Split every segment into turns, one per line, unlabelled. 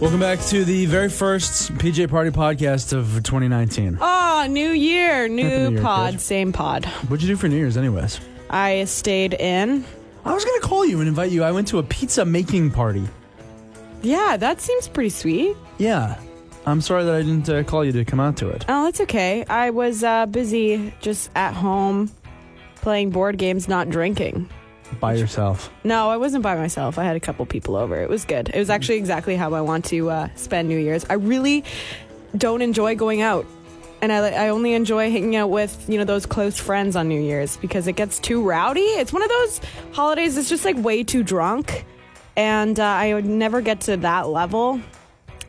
Welcome back to the very first PJ Party podcast of 2019.
Ah, new year, new
New Year,
pod,
kid.
same pod.
What'd you do for New Year's, anyways?
I stayed in.
I was gonna call you and invite you. I went to a pizza making party.
Yeah, that seems pretty sweet.
Yeah, I'm sorry that I didn't uh, call you to come out to it.
Oh, that's okay. I was uh, busy just at home playing board games, not drinking.
By yourself.
No, I wasn't by myself. I had a couple people over. It was good. It was actually exactly how I want to uh, spend New Year's. I really don't enjoy going out. And I, I only enjoy hanging out with, you know, those close friends on New Year's because it gets too rowdy. It's one of those holidays that's just like way too drunk. And uh, I would never get to that level.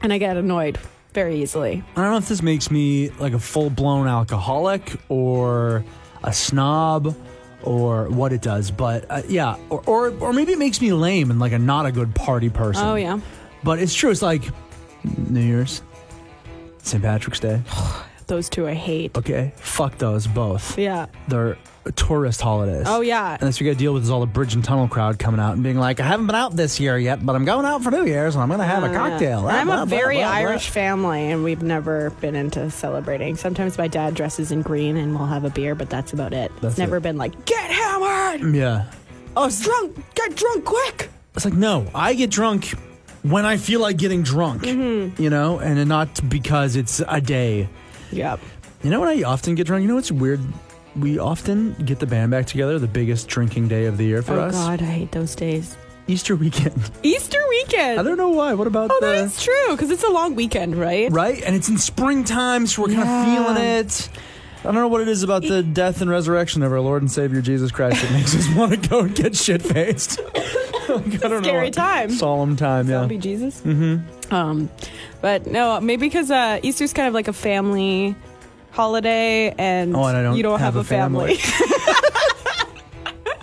And I get annoyed very easily.
I don't know if this makes me like a full blown alcoholic or a snob or what it does, but uh, yeah, or, or or maybe it makes me lame and like a not a good party person.
Oh, yeah.
But it's true. It's like New Year's, St. Patrick's Day.
Those two I hate.
Okay, fuck those both.
Yeah.
They're tourist holidays.
Oh, yeah.
And that's what you got to deal with is all the bridge and tunnel crowd coming out and being like, I haven't been out this year yet, but I'm going out for New Year's and I'm going to have a
Oh, Yeah.
cocktail.
And Uh, I'm
Blah, blah,
a very
blah, blah.
Irish family, and we've never been into celebrating. Sometimes my dad dresses in green, and we'll have a beer, but that's about it.
That's
it's never
it.
been like get hammered.
Yeah.
Oh, it's drunk. Get drunk quick.
It's like, no, I get drunk when I feel like getting drunk,
Mm-hmm.
you know, and not because it's a day.
Yep.
You know what I often get drunk? You know what's weird? We often get the band back together, the biggest drinking day of the year for
oh
us.
God, I hate those days.
Easter weekend.
Easter
I
weekend.
don't know why. What about
Oh,
the.
that is true because it's a long weekend, right?
right? And it's in springtime, so we're
Yeah.
kind of feeling it. I don't know what it is about the death and resurrection of our Lord and Savior Jesus Christ that makes us want to go and get shit faced. I don't know.
Scary
what-
time.
Solemn time, yeah.
Zombie Jesus. Mm-hmm. Um, but no, maybe because uh, Easter's kind of like a family holiday, and,
Oh, and I don't
you don't have,
have a family.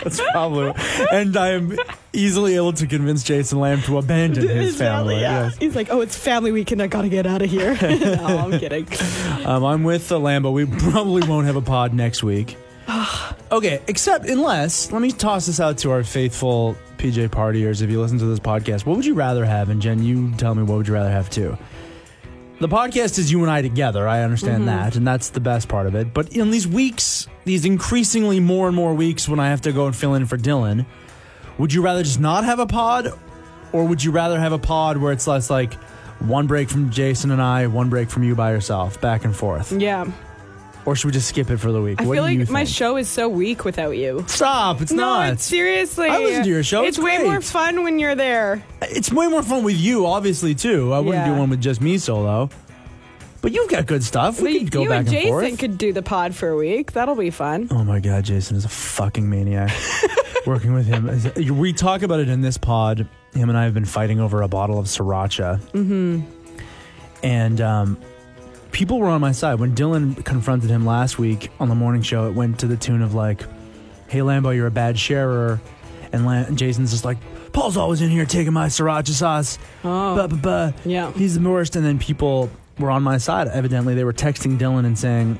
That's probably. And I am easily able to convince Jason Lamb to abandon his family. yes.
He's like, oh, it's family weekend. I gotta get out of here. no, I'm kidding.
Um, I'm with the Lambo. We probably won't have a pod next week. Okay, except unless, let me toss this out to our faithful PJ partiers. If you listen to this podcast, what would you rather have? And Jen, you tell me what would you rather have too. The podcast is you and I together. I understand
Mm-hmm.
that, and that's the best part of it. But in these weeks, these increasingly more and more weeks when I have to go and fill in for Dylan, would you rather just not have a pod, or would you rather have a pod where it's less like one break from Jason and I, one break from you by yourself, back and forth?
Yeah,
Or should we just skip it for the week?
I
what
feel
do you
like my
think?
show is so weak without you.
Stop! It's
No,
not.
it's seriously.
I listen to your show.
It's,
It's
way more
great.
fun when you're there.
It's way more fun with you, obviously, too. I wouldn't
Yeah.
do one with just me solo. But you've got good stuff. We
But
could go
you
back
and
and,
Jason
forth.
could do the pod for a week. That'll be fun.
oh my God, Jason is a fucking maniac. Working with him, we talk about it in this pod. Him and I have been fighting over a bottle of sriracha. Mm-hmm. And um, people were on my side when Dylan confronted him last week on the morning show. It went to the tune of like, "Hey Lambo, you're a bad sharer," and La- Jason's just like, "Paul's always in here taking my sriracha sauce."
Oh,
Buh, buh, buh.
yeah.
He's the worst. And then people were on my side. Evidently, they were texting Dylan and saying,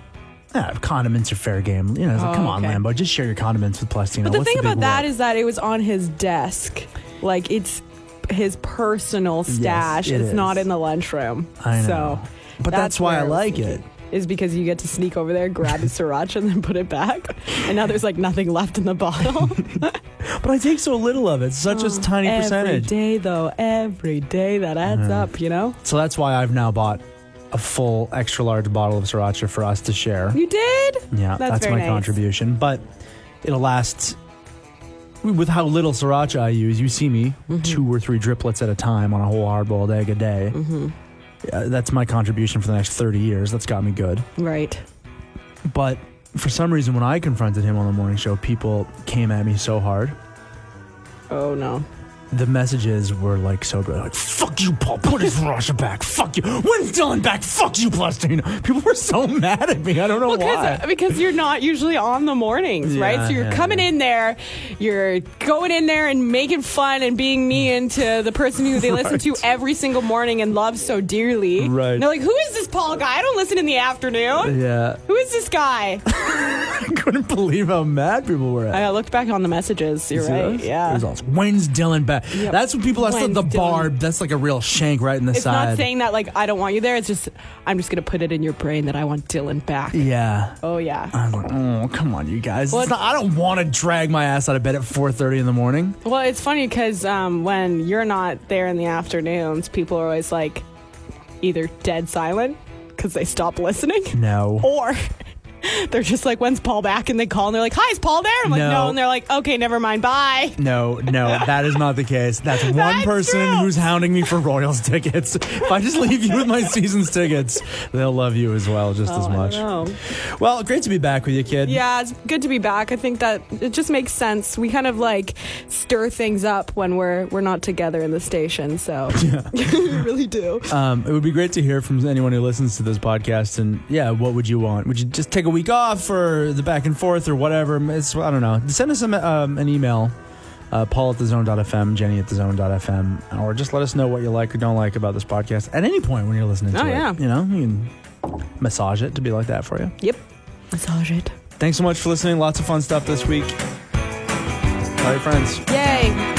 ah, condiments are fair game. You know, it's like,
Oh,
come on,
okay.
Lambo, just share your condiments with Plastino.
But the thing about that is that it was on his desk. Like it's his personal stash.
it
it's not
is.
in the lunchroom.
I know.
So
but that's, why
where
I
was
like it.
thinking, Is because you get to sneak over there, grab the sriracha, and then put it back. And now there's like nothing left in the bottle.
But I take so little of it, such a tiny
Oh, every
percentage. Uh-huh.
day, though, every day that adds up, you know?
So that's why I've now bought a full extra large bottle of sriracha for us to share.
You did?
Yeah,
That's
that's,
very
my
nice.
contribution. But it'll last. With how little sriracha I use, you see me
Mm-hmm.
two or three driplets at a time on a whole hard-boiled egg a day. Mm-hmm. that's my contribution for the next thirty years. That's got me good.
Right.
But for some reason, when I confronted him on the morning show, people came at me so hard.
Oh, no.
The messages were like so good, like "fuck you, Paul, put his sriracha back, fuck you, when's Dylan back, fuck you, Plastino." People were so mad at me. I don't know
Well,
why.
because because you're not usually on the mornings, right?
Yeah,
So you're
yeah,
coming
yeah.
in there, you're going in there and making fun and being
Mm.
mean to the person who they listen to every single morning and love so dearly.
Right.
And they're like, "Who is this Paul guy? I don't listen in the afternoon.
yeah,
Who is this guy?"
I couldn't believe how mad people were at. me.
I looked back on the messages. You're
You see
right.
those?
Yeah.
It was awesome. When's Dylan back?
Yep.
That's what people. That's not
When's
the
doing-
barb. That's like a real shank right in the
It's
side.
not saying that like I don't want you there. It's just I'm just gonna put it in your brain that I want Dylan back.
yeah.
Oh yeah.
I'm like, oh, come on, you guys.
Well,
It's not- I don't want to drag my ass out of bed at 4:30 in the morning.
Well, it's funny because um, when you're not there in the afternoons, people are always like either dead silent because they stop listening,
No.
or they're just like, "When's Paul back?" and they call and they're like, "Hi, is Paul there?" I'm like,
No.
"No,", and they're like, "Okay, never mind, bye."
No, no, that is not the case. That's one
That's
person
true.
who's hounding me for Royals tickets. If I just leave you with my season's tickets, they'll love you as well, just as
Oh, I
much.
don't know.
Well, great to be back with you, kid.
Yeah, it's good to be back. I think that it just makes sense. We kind of like stir things up when we're we're not together in the station, so we really do.
Um, it would be great to hear from anyone who listens to this podcast. And yeah, what would you want? Would you just take a week off or the back and forth or whatever? It's, I don't know. Send us a, um, an email. Uh, Paul at the zone.fm, Jenny at the zone.fm, or just let us know what you like or don't like about this podcast at any point when you're listening to
Oh,
it.
yeah.
You know, you can massage it to be like that for you.
Yep. Massage it.
Thanks so much for listening. Lots of fun stuff this week. All right, friends.
Yay.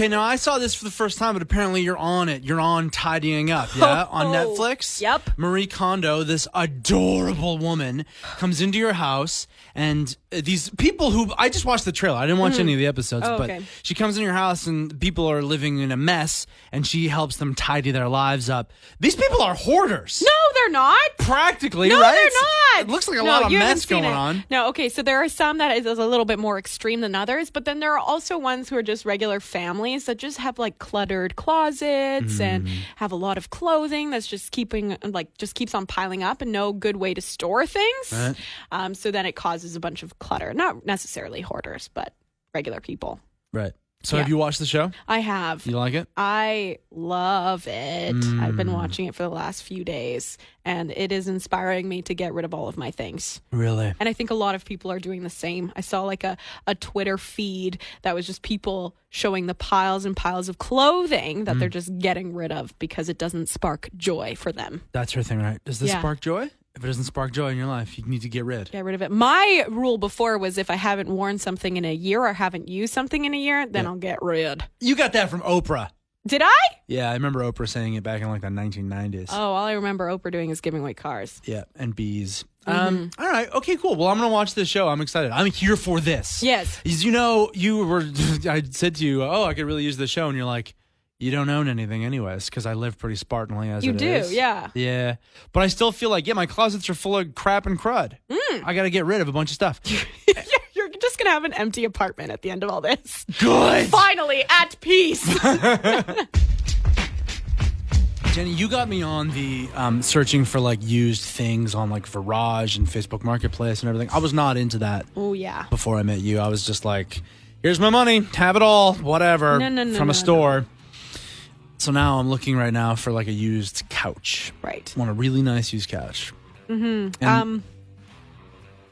Okay, now I saw this for the first time, but apparently you're on it. You're on tidying up, yeah? on
Oh,
Netflix.
yep.
Marie Kondo, this adorable woman, comes into your house, and uh, these people who I just watched the trailer. I didn't watch any of the episodes,
Oh,
but
okay.
she comes in your house, and people are living in a mess, and she helps them tidy their lives up. These people are hoarders.
No, they're not.
Practically,
No,
right?
they're
It
not.
looks like a
No,
lot of
you haven't
mess
seen
going
it.
on.
No, okay, so there are some that is, is a little bit more extreme than others, but then there are also ones who are just regular families that just have like cluttered closets and
Mm.
have a lot of clothing that's just keeping like just keeps on piling up and no good way to store things.
Right.
Um, so then it causes a bunch of clutter. Not necessarily hoarders, but regular people.
Right. So,
Yeah.
have you watched the show?
I have.
You like it?
I love it. I've been
Mm.
watching it for the last few days, and it is inspiring me to get rid of all of my things.
Really?
And I think a lot of people are doing the same. I saw like a, a Twitter feed that was just people showing the piles and piles of clothing that they're just getting rid of because it doesn't spark joy for them.
That's her thing, right? Does this
Yeah.
spark joy? If it doesn't spark joy in your life, you need to get rid.
Get rid of it. My rule before was if I haven't worn something in a year or haven't used something in a year, then I'll get rid.
You got that from Oprah.
Did I?
Yeah, I remember Oprah saying it back in like the 1990s.
Oh, all I remember Oprah doing is giving away cars.
Yeah, and bees.
Mm-hmm.
Um, all right, okay, cool. Well, I'm gonna watch this show. I'm excited. I'm here for this.
Yes.
As you know, you were. I said to you, "Oh, I could really use this show," and you're like, "You don't own anything, anyways," because I live pretty spartanly as
You
it
do,
is.
yeah.
Yeah, but I still feel like, yeah, my closets are full of crap and crud.
Mm.
I got to get rid of a bunch of stuff.
You're just going to have an empty apartment at the end of all this.
Good.
Finally, at peace.
Jenny, you got me on the um, searching for like used things on like Virage and Facebook Marketplace and everything. I was not into that
oh, yeah.
before I met you. I was just like, here's my money, have it all, whatever,
No, no, no,
from
no,
a store. So now I'm looking right now for like a used couch.
Right.
Want a really nice used couch. Mm-hmm. um.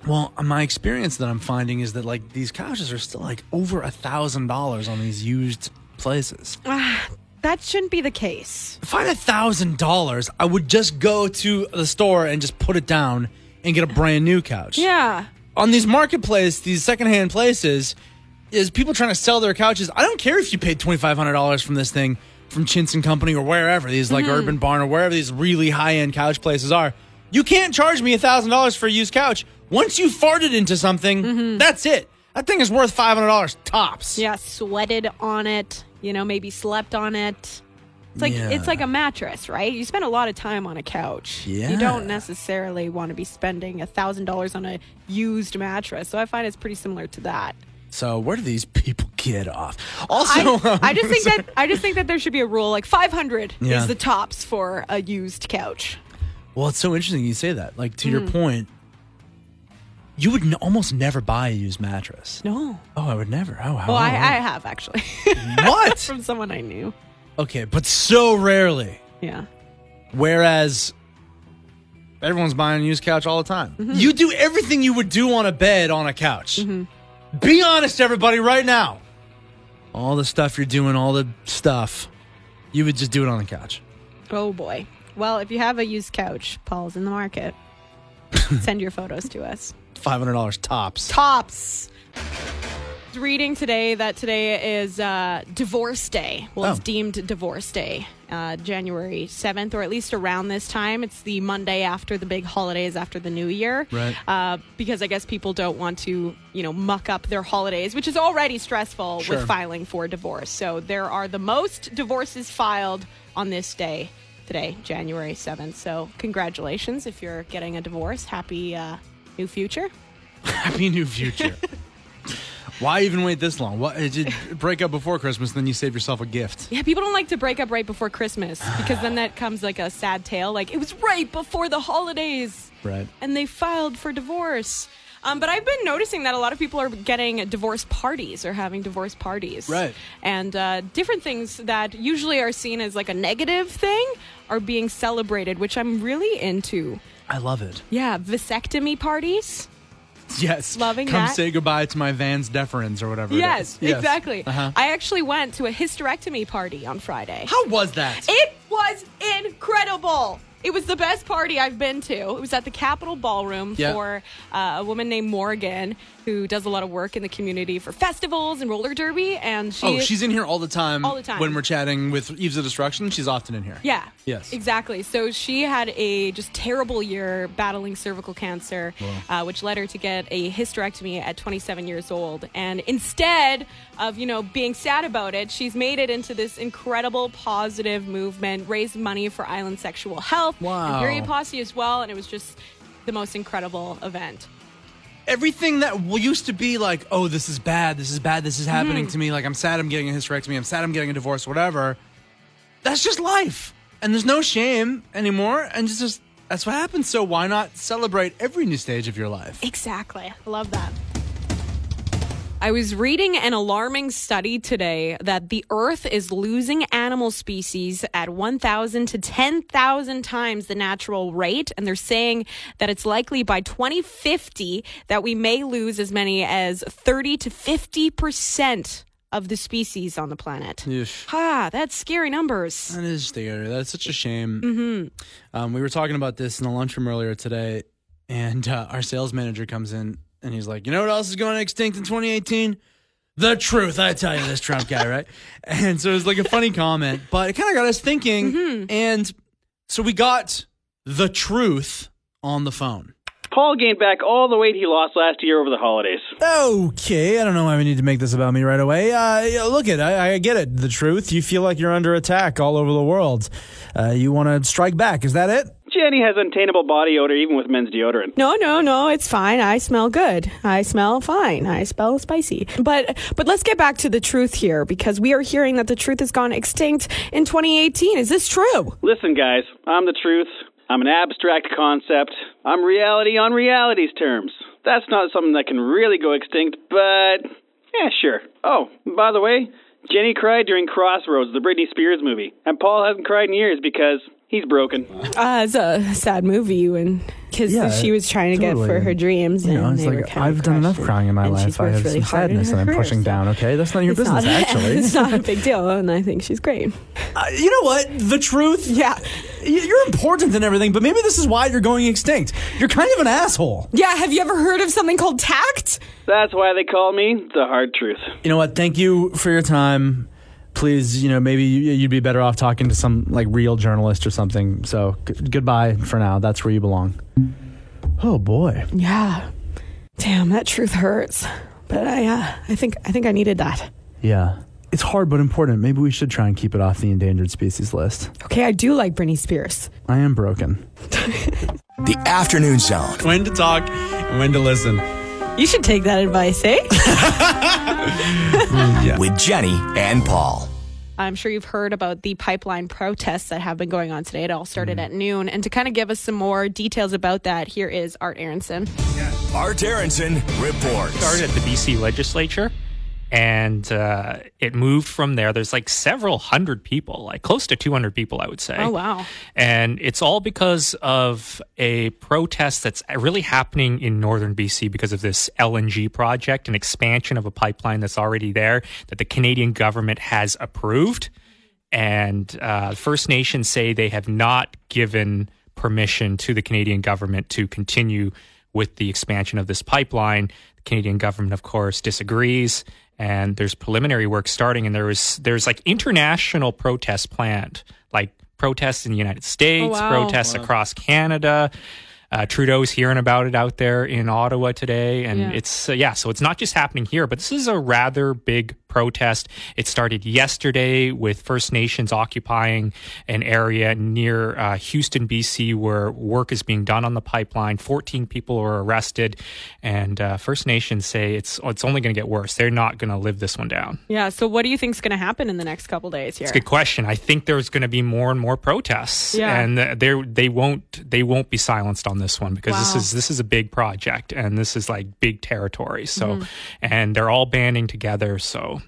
Well, my experience that I'm finding is that like these couches are still like over a thousand dollars on these used places
That shouldn't be the case.
if I had a thousand dollars, I would just go to the store and just put it down and get a brand new couch.
Yeah.
On these marketplace, these secondhand places, is people trying to sell their couches. I don't care if you paid twenty five hundred dollars from this thing from Chintz and Company or wherever these
Mm-hmm.
like Urban Barn or wherever these really high end couch places are. You can't charge me thousand dollars for a used couch. Once you farted into something, that's it. That thing is worth five hundred dollars tops.
Mm-hmm. Yeah, sweated on it, you know, maybe slept on it. It's like
Yeah.
it's like a mattress, right? You spend a lot of time on a couch.
Yeah.
You don't necessarily want to be spending a thousand dollars on a used mattress. So I find it's pretty similar to that.
So where do these people get off? Also,
I, I just think that I just think that there should be a rule like five hundred
Yeah.
is the tops for a used couch.
Well, it's so interesting you say that. Like to your
Mm.
point, you would n- almost never buy a used mattress.
No.
Oh, I would never. Oh, how?
Well, I, I have actually
what?
from someone I knew.
okay, but so rarely.
Yeah.
Whereas everyone's buying a used couch all the time.
Mm-hmm.
You do everything you would do on a bed on a couch.
Mm-hmm.
Be honest, everybody, right now. All the stuff you're doing, all the stuff, you would just do it on the couch.
Oh boy. Well, if you have a used couch, Paul's in the market. Send your photos to us.
Five hundred dollars tops.
Tops. reading today that today is uh, Divorce Day. Well, it's
Oh.
deemed Divorce Day, uh, January 7th, or at least around this time. It's the Monday after the big holidays, after the new year.
Right.
Uh, because I guess people don't want to, you know, muck up their holidays, which is already stressful
Sure.
with filing for divorce. So there are the most divorces filed on this day today, January 7th. So congratulations if you're getting a divorce. Happy uh, new future.
Happy new future. Why even wait this long? Why did break up before Christmas, then you save yourself a gift?
Yeah, people don't like to break up right before Christmas because then that comes like a sad tale. Like, it was right before the holidays
Right.
and they filed for divorce. Um, but I've been noticing that a lot of people are getting divorce parties or having divorce parties.
Right.
And uh, different things that usually are seen as like a negative thing are being celebrated, which I'm really into.
I love it.
Yeah, vasectomy parties.
Yes.
Loving
Come
that.
say goodbye to my Vans deferens or whatever. it
Yes,
is.
exactly.
Uh-huh.
I actually went to a hysterectomy party on Friday.
How was that?
It was incredible. It was the best party I've been to. It was at the Capitol Ballroom
Yeah.
for uh, a woman named Morgan who does a lot of work in the community for festivals and roller derby. And she
oh, she's in here all the time.
All the time.
When we're chatting with Eves of Destruction, she's often in here.
Yeah.
Yes.
Exactly. So she had a just terrible year battling cervical cancer, uh, which led her to get a hysterectomy at 27 years old. And instead of you know being sad about it, she's made it into this incredible positive movement, raised money for island sexual health,
Wow.
and period posse as well. And it was just the most incredible event.
Everything that w- used to be like, oh, this is bad, this is bad, this is happening to me. Like, I'm sad I'm getting a hysterectomy. I'm sad I'm getting a divorce, whatever. That's just life. And there's no shame anymore. And it's just, that's what happens. So why not celebrate every new stage of your life?
Exactly. Love that. I was reading an alarming study today that the Earth is losing animal species at 1,000 to 10,000 times the natural rate. And they're saying that it's likely by 2050 that we may lose as many as 30 to 50% of the species on the planet.
Yeesh.
Ha, that's scary numbers.
That is scary. That's such a shame. Mm-hmm. Um, we were talking about this in the lunchroom earlier today, and uh, our sales manager comes in and he's like, "You know what else is going extinct in 2018? The truth, I tell you, this Trump guy, right?" And so it was like a funny comment, but it kind of got us thinking. And so we got the truth on the phone.
Paul gained back all the weight he lost last year over the holidays.
Okay, I don't know why we need to make this about me right away. Uh, yeah, look, it, I, I get it. The truth, you feel like you're under attack all over the world. Uh, you want to strike back. Is that it?
Jenny has untainable body odor even with men's deodorant.
No, no, no, it's fine. I smell good. I smell fine. I smell spicy. But but let's get back to the truth here because we are hearing that the truth has gone extinct in 2018. Is this true?
Listen, guys, I'm the truth. I'm an abstract concept. I'm reality on reality's terms. That's not something that can really go extinct, but yeah, sure. Oh, by the way, Jenny cried during Crossroads, the Britney Spears movie, and Paul hasn't cried in years because he's broken.
Uh, it's a sad movie and because
Yeah,
she was trying to
totally.
get for her dreams.
You know,
and
it's
they were
like
kind of
I've done enough
crushed
crying in my
and
life.
she's
I
worked
have
really
some
hard in
sadness
her
that I'm
career,
pushing
so
down. Okay, that's none of your
It's
business,
not,
actually.
it's not a big deal, and I think she's great.
Uh, you know what? The truth.
Yeah.
y- You're important and everything, but maybe this is why you're going extinct. You're kind of an asshole.
Yeah, have you ever heard of something called tact?
That's why they call me the hard truth.
You know what? Thank you for your time. Please, you know, maybe you- you'd be better off talking to some like real journalist or something. So g- goodbye for now. That's where you belong. Oh boy.
Yeah. Damn, that truth hurts. But I, uh, I think, I think I needed that.
Yeah. It's hard but important. Maybe we should try and keep it off the endangered species list.
Okay, I do like Britney Spears.
I am broken.
The Afternoon Zone.
When to talk and when to listen.
You should take that advice, eh?
With Jenny and Paul.
I'm sure you've heard about the pipeline protests that have been going on today. It all started at noon. And to kind of give us some more details about that, here is Art Aronson.
Art Aronson reports.
started at the BC legislature and uh, it moved from there. There's like several hundred people, like close to 200 people, I would say.
Oh, wow.
And it's all because of a protest that's really happening in northern BC because of this LNG project, an expansion of a pipeline that's already there that the Canadian government has approved. And uh, First Nations say they have not given permission to the Canadian government to continue with the expansion of this pipeline. The Canadian government, of course, disagrees, and there's preliminary work starting. And there was there's like international protests planned, like protests in the United States,
Oh, wow.
protests across Canada. Uh, Trudeau's hearing about it out there in Ottawa today, and
Yeah.
it's uh, yeah. So it's not just happening here, but this is a rather big protest. It started yesterday with First Nations occupying an area near uh, Houston, BC, where work is being done on the pipeline. Fourteen people were arrested, and uh, First Nations say it's it's only going to get worse. They're not going to live this one down.
Yeah. So what do you think's going to happen in the next couple days here?
It's a good question. I think there's going to be more and more protests,
Yeah.
and they they won't they won't be silenced on this one because this
Wow.
is this is a big project and this is like big territory. So,
Mm-hmm.
and they're all banding together. So.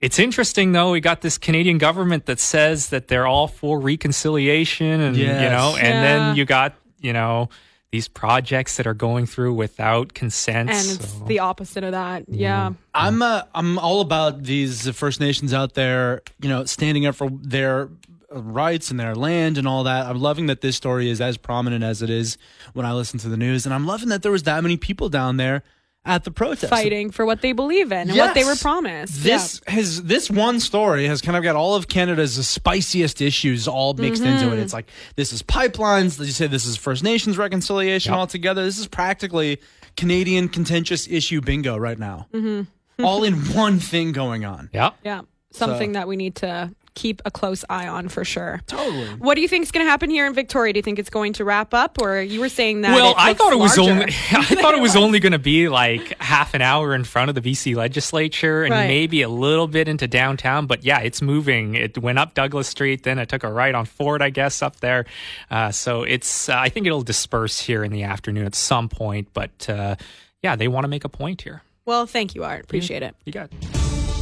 It's interesting though. We got this Canadian government that says that they're all for reconciliation, and you
Yes.
know, and
Yeah.
then you got you know these projects that are going through without consent.
And it's
so-
the opposite of that. Yeah.
I'm uh, I'm all about these First Nations out there, you know, standing up for their rights and their land and all that. I'm loving that this story is as prominent as it is when I listen to the news, and I'm loving that there was that many people down there at the protest
Fighting for what they believe in and what they were
Yes.
promised.
This has this one story has kind of got all of Canada's spiciest issues all mixed
Mm-hmm.
into it. It's like this is pipelines. You say this is First Nations reconciliation all together. This is practically Canadian contentious issue bingo right now.
Mm-hmm.
all in one thing going on.
yeah.
Yeah. yeah. Something that we need to keep a close eye on for sure.
Totally.
What do you think is going to happen here in Victoria? Do you think it's going to wrap up, or you were saying that?
Well,
it
I
looks
thought it was
larger?
only I thought it was only going to be like half an hour in front of the BC legislature and
Right.
maybe a little bit into downtown, but yeah, it's moving. It went up Douglas Street, then it took a right on Ford, I guess, up there. Uh, so it's uh, I think it'll disperse here in the afternoon at some point, but uh, yeah, they want to make a point here.
Well, thank you, Art. Appreciate it.
You got.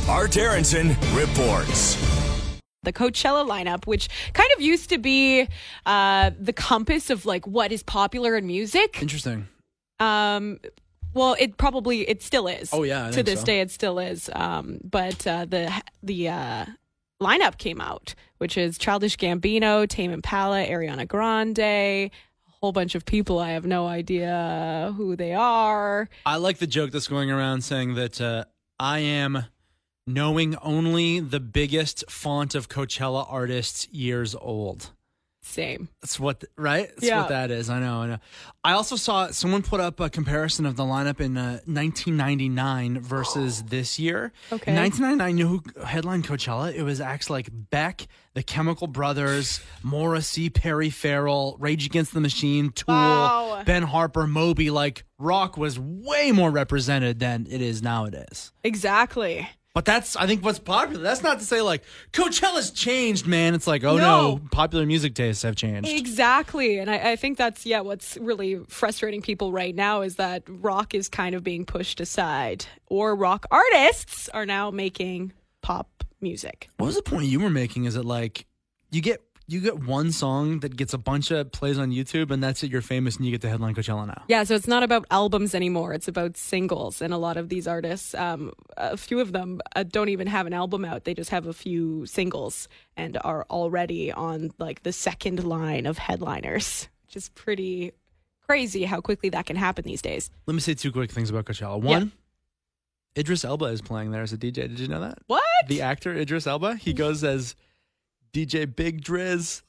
Art Aronson reports.
the Coachella lineup, which kind of used to be uh, the compass of like what is popular in music.
Interesting.
Um, well, it probably it still is.
Oh, yeah, I
to
think
this
so.
day it still is. Um, but uh, the the uh, lineup came out, which is Childish Gambino, Tame Impala, Ariana Grande, a whole bunch of people. I have no idea who they are.
I like the joke that's going around saying that uh, I am knowing only the biggest font of Coachella artists years old.
Same.
That's what, right? That's
Yeah.
what that is. I know. I know. I also saw someone put up a comparison of the lineup in uh, 1999 versus this year.
Okay.
In 1999, you know who headlined Coachella? It was acts like Beck, The Chemical Brothers, Morrissey, Perry Farrell, Rage Against the Machine, Tool,
Wow.
Ben Harper, Moby. Like rock was way more represented than it is nowadays.
Exactly.
But that's, I think, what's popular. That's not to say like Coachella's changed, man. It's like, oh
No.
no, popular music tastes have changed.
Exactly. And I, I think that's, yeah, what's really frustrating people right now is that rock is kind of being pushed aside, or rock artists are now making pop music.
What was the point you were making? Is it like you get you get one song that gets a bunch of plays on YouTube, and that's it. You're famous, and you get the headline Coachella now.
Yeah, so it's not about albums anymore. It's about singles. And a lot of these artists, um, a few of them uh, don't even have an album out. They just have a few singles and are already on like the second line of headliners, which is pretty crazy how quickly that can happen these days.
Let me say two quick things about Coachella. One, Idris Elba is playing there as a DJ. Did you know that?
What?
The actor Idris Elba, he goes as DJ Big Driz.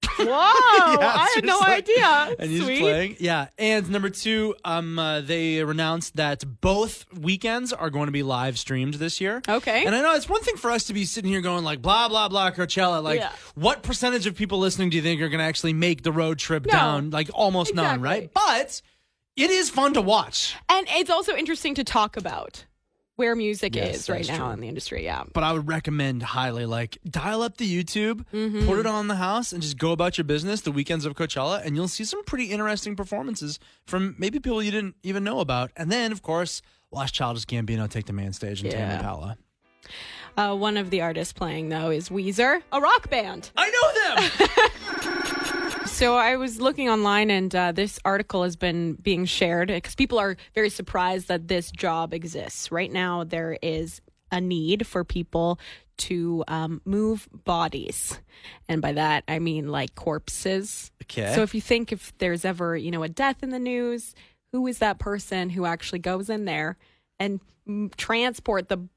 Whoa!
Yeah,
Oh, I had no
seriously.
idea.
And he's
Sweet.
playing. Yeah. And number two, um, uh, they announced that both weekends are going to be live streamed this year.
Okay.
And I know it's one thing for us to be sitting here going like blah blah blah Coachella. Like,
Yeah.
what percentage of people listening do you think are going to actually make the road trip
No.
down? Like almost none,
Exactly.
right? But it is fun to watch.
And it's also interesting to talk about where music
Yes,
is right
that's
now
true.
in the industry. Yeah.
But I would recommend highly like dial up the YouTube,
Mm-hmm.
put it on the house, and just go about your business the weekends of Coachella, and you'll see some pretty interesting performances from maybe people you didn't even know about. And then, of course, watch Childish Gambino take the main stage and Tame
Yeah.
Impala.
Uh, one of the artists playing though is Weezer, a rock band.
I know them.
So I was looking online, and uh, this article has been being shared because people are very surprised that this job exists right now. There is a need for people to um, move bodies, and by that I mean like corpses.
okay.
So if you think if there's ever, you know, a death in the news, who is that person who actually goes in there and mm, transport the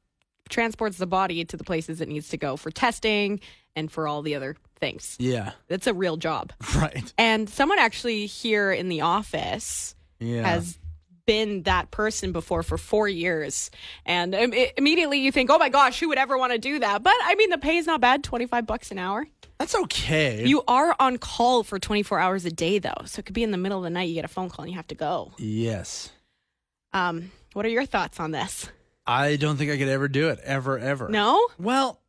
transports the body to the places it needs to go for testing and for all the other things.
Yeah.
That's a real job.
Right.
And someone actually here in the office
Yeah.
has been that person before for four years. And im- i- immediately you think, oh my gosh, who would ever want to do that? But I mean, the pay is not bad 25 bucks an hour.
That's okay.
You are on call for 24 hours a day, though. So it could be in the middle of the night, you get a phone call and you have to go.
yes.
Um, what are your thoughts on this?
I don't think I could ever do it. Ever, ever.
No?
Well,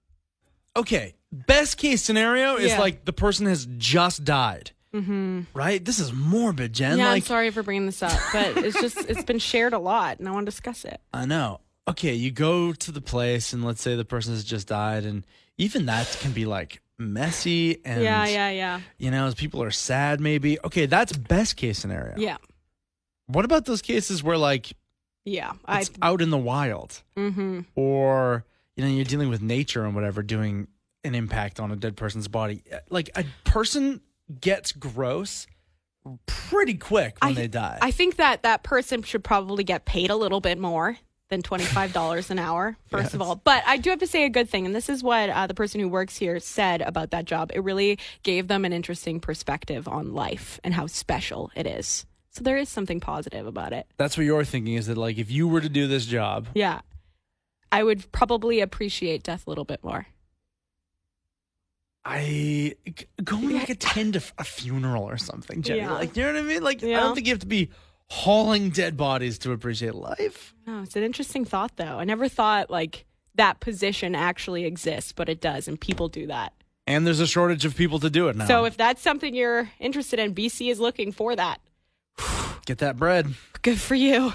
okay. Best case scenario is
Yeah.
like the person has just died. Mm-hmm. Right? This is morbid, Jen.
yeah, I'm
like,
sorry for bringing this up, but it's just, it's been shared a lot and I want to discuss it.
I know. Okay, you go to the place and let's say the person has just died, and even that can be like messy and
yeah, yeah, yeah.
you know, as people are sad maybe. Okay, that's best case scenario.
Yeah.
What about those cases where like
Yeah. I,
it's out in the wild?
mm-hmm.
or you know you're dealing with nature and whatever doing an impact on a dead person's body Eh, like a person gets gross pretty quick when
I-
they die
I think that that person should probably get paid a little bit more than $25 an hour, first of all. But I do have to say a good thing, and this is what uh, the person who works here said about that job. It really gave them an interesting perspective on life and how special it is. So there is something positive about it.
that's what you're thinking is that like if you were to do this job
Yeah. I would probably appreciate death a little bit more.
i g- going like attend a, f- a funeral or something Jenny.
Yeah.
like you know what i mean like i
Yeah.
don't think you have to be hauling dead bodies to appreciate life
Oh, it's an interesting thought, though. I never thought like that position actually exists, but it does, and people do that.
and there's a shortage of people to do it now
Um,
So if that's something you're interested in, BC is looking for that.
get that bread
Good for you.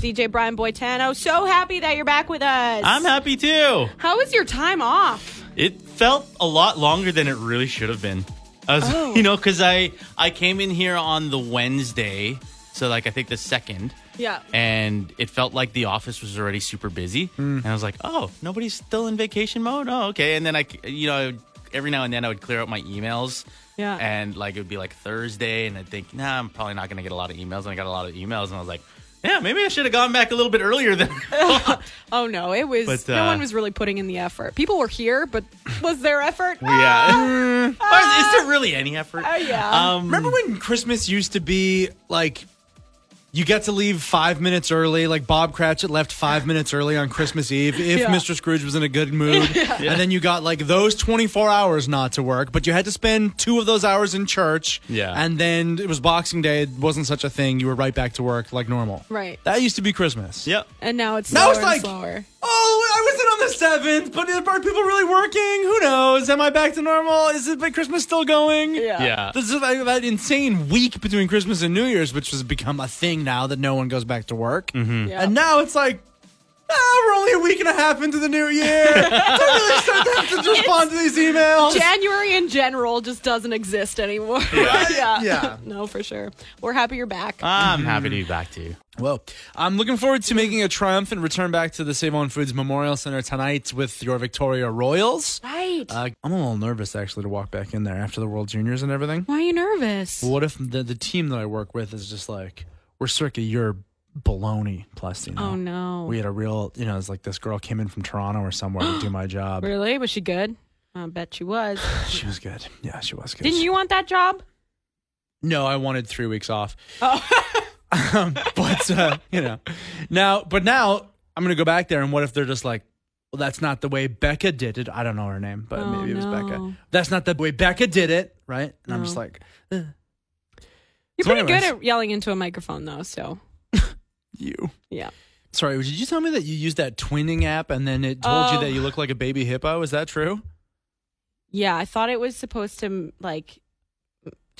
DJ Brian Boitano, so happy that you're back with us.
I'm happy too.
How was your time off?
It felt a lot longer than it really should have been. I was,
Oh,
you know, because I I came in here on the Wednesday, so like I think the second.
Yeah.
And it felt like the office was already super busy,
Mm.
and I was like, oh, nobody's still in vacation mode. Oh, okay. And then I, c- you know, I would- every now and then I would clear out my emails.
Yeah.
And like it would be like Thursday, and I'd think, nah, I'm probably not gonna get a lot of emails. And I got a lot of emails, and I was like, yeah, maybe I should have gone back a little bit earlier than.
Oh no, it was
But,
no
uh,
one was really putting in the effort. People were here, but was there effort? Ah!
yeah. uh, is there really any effort?
Oh yeah.
Um,
Remember when Christmas used to be like you get to leave five minutes early, like Bob Cratchit left five minutes early on Christmas Eve if
Yeah.
Mr. Scrooge was in a good mood. And then you got like those 24 hours not to work, but you had to spend two of those hours in church.
Yeah.
And then it was Boxing Day. It wasn't such a thing. You were right back to work like normal.
Right.
That used to be Christmas.
Yep.
and now it's
Now
slower
it's like,
and slower.
oh, I was in on the seventh, but are people really working? Who knows? Am I back to normal? Is it but Christmas still going?
Yeah.
Yeah.
This is that, that insane week between Christmas and New Year's, which has become a thing now that no one goes back to work.
Yeah.
And now it's like, ah, we're only a week and a half into the new year. Don't really start to have to respond to these emails.
January in general just doesn't exist anymore.
Yeah.
Yeah.
No, for sure. We're happy you're back.
I'm happy to be back to you.
Well, I'm looking forward to making a triumphant return back to the Save On Foods Memorial Center tonight with your Victoria Royals.
right.
Uh, I'm a little nervous actually to walk back in there after the World Juniors and everything.
Why are you nervous?
What if the, the team that I work with is just like, we're circa your baloney plus, you know?
Oh no.
We had a real, you know, it's like this girl came in from Toronto or somewhere to do my job.
really? Was she good? I bet she was.
She was good. Yeah, she was good.
Didn't you want that job?
No, I wanted three weeks off.
Oh.
um, but uh, you know, now, but now I'm gonna go back there, and what if they're just like, well, that's not the way Becca did it. I don't know her name, but
Oh,
maybe it was
no.
Becca. That's not the way Becca did it, right? And I'm just
No.
like,
You're
So
pretty good
anyways.
at yelling into a microphone, though. So
you.
yeah,
Sorry, did you tell me that you used that twinning app and then it told you
Oh.
that you look like a baby hippo? Is that true?
yeah. I thought it was supposed to like